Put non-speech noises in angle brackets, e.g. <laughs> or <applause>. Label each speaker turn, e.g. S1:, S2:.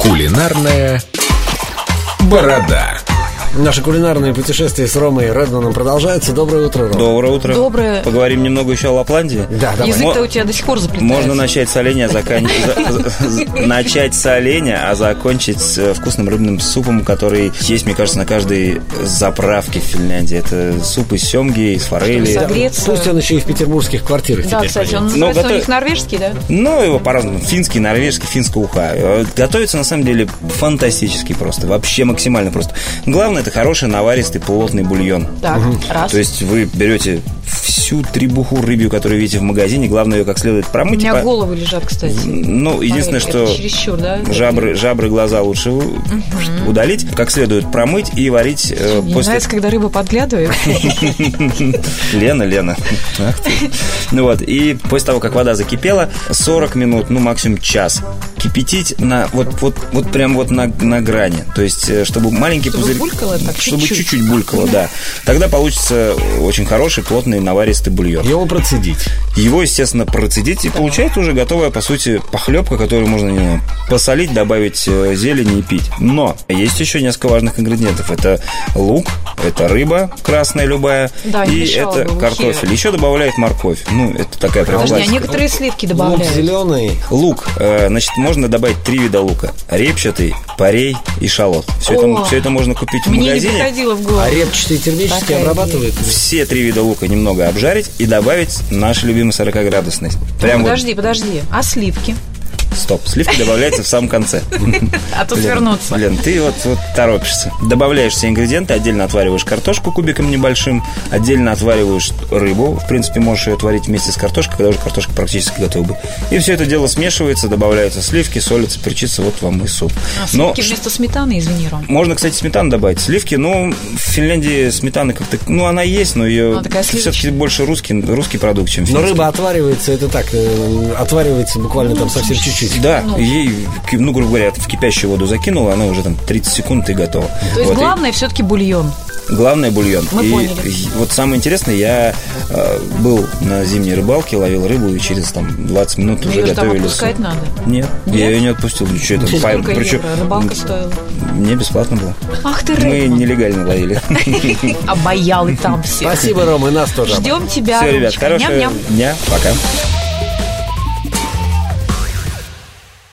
S1: Кулинарная борода.
S2: Наши кулинарные путешествия с Ромой Редманом продолжаются. Доброе утро, Рома.
S3: Доброе утро.
S4: Доброе.
S3: Поговорим немного еще о Лапландии.
S2: Да, давай.
S4: Язык-то у тебя до сих пор заплетается.
S3: Можно начать с оленя, а закан... <laughs> за- за- за- начать с оленя, а закончить с э, вкусным рыбным супом, который есть, мне кажется, на каждой заправке в Финляндии. Это суп из семги, из форели.
S4: Чтобы согреться.
S2: Пусть он еще и в петербургских квартирах
S4: Да,
S2: теперь
S4: кстати, он
S2: поедет.
S3: Но
S4: называется у
S3: готов-
S4: них норвежский, да?
S3: Ну, его по-разному. Финский, норвежский, финская уха. Э, Готовится, на самом деле, фантастически просто. Вообще максимально просто. Главное, это хороший, наваристый, плотный бульон.
S4: Так, раз.
S3: То есть вы берете всю требуху рыбью, которую видите в магазине, главное ее как следует
S4: у
S3: промыть. и
S4: меня
S3: по-
S4: головы лежат, кстати.
S3: Ну, типа, единственное,
S4: Смотри,
S3: что
S4: это чересчур, да?
S3: жабры, жабры глаза лучше у- удалить, как следует промыть и варить э,
S4: Мне
S3: после...
S4: нравится, когда рыба подглядывает.
S3: <laughs> Лена, Лена. Ах ты. Ну вот, и после того, как вода закипела, 40 минут, ну максимум час, кипятить на вот, вот, вот прям вот на, на грани. То есть, э, чтобы маленький
S4: Чтобы
S3: пузырь...
S4: булькало так,
S3: чтобы
S4: чуть-чуть.
S3: чуть-чуть булькало, да. Тогда получится очень хороший, плотный, наваристый бульон.
S2: Его процедить.
S3: Его, естественно, процедить и получается уже готовая, по сути, похлебка, которую можно не знаю, посолить, добавить э, зелени и пить. Но есть еще несколько важных ингредиентов. Это лук, это рыба красная любая,
S4: Да, не
S3: и
S4: мешало
S3: это
S4: бы в ухе.
S3: картофель. Еще добавляет морковь. Ну, это такая прям
S4: Подожди, а
S3: классика.
S4: некоторые
S3: Ну,
S4: сливки
S2: Лук
S4: добавляют.
S2: зеленый.
S3: Лук, э, значит, можно добавить три вида лука. Репчатый, парей и шалот. Все,
S4: О!
S3: это, все это можно купить в
S4: Мне не
S3: магазине.
S4: приходило в
S2: А
S4: голову.
S2: репчатый термически
S4: Такая
S2: обрабатывает.
S3: Все три вида лука немного обжарить и добавить наш любимый 40-градусный. Прям вот-
S4: Подожди, подожди. А сливки?
S3: Стоп, сливки добавляются в самом конце.
S4: А тут
S3: Лен,
S4: вернуться.
S3: Лен, ты вот, вот торопишься. Добавляешь все ингредиенты, отдельно отвариваешь картошку кубиком небольшим, отдельно отвариваешь рыбу. В принципе, можешь ее отварить вместе с картошкой, когда уже картошка практически готова. И все это дело смешивается, добавляются сливки, солится, перчится, вот вам и суп.
S4: А
S3: Но
S4: сливки вместо сметаны, извини, Ром.
S3: можно, кстати, сметану добавить. Сливки, ну, в Финляндии сметана как-то... Ну, она есть, но ее
S4: Она такая
S3: все-таки
S4: сливочная.
S3: больше русский, русский продукт, чем
S2: Но
S3: финский.
S2: рыба отваривается, это так, э, отваривается буквально там совсем чуть-чуть.
S3: Да,
S4: Ну.
S3: ей, ну, грубо говоря, в кипящую воду закинула, она уже там 30 секунд и готова.
S4: То есть
S3: Вот, и-
S4: главное все-таки бульон.
S3: Главное бульон.
S4: Мы
S3: и
S4: поняли.
S3: и вот самое интересное, я э, был на зимней рыбалке, ловил рыбу, и через там 20 минут
S4: Ну,
S3: уже
S4: ее же там
S3: готовили.
S4: отпускать
S3: суп.
S4: надо.
S3: Нет,
S4: Нет?
S3: я ее не отпустил. Ну, что это? Пай-
S4: Сколько
S3: причем-
S4: евро? Рыбалка стоила.
S3: Мне бесплатно было.
S4: Ах ты,
S3: Мы
S4: Рэймонд.
S3: нелегально
S4: <laughs>
S3: ловили.
S4: Обаял и там всех.
S2: Спасибо, Рома, и нас тоже.
S4: Ждем тебя,
S3: Все, ребят,
S4: Ромочка.
S3: хорошего
S4: Ням-ням.
S3: дня. Пока.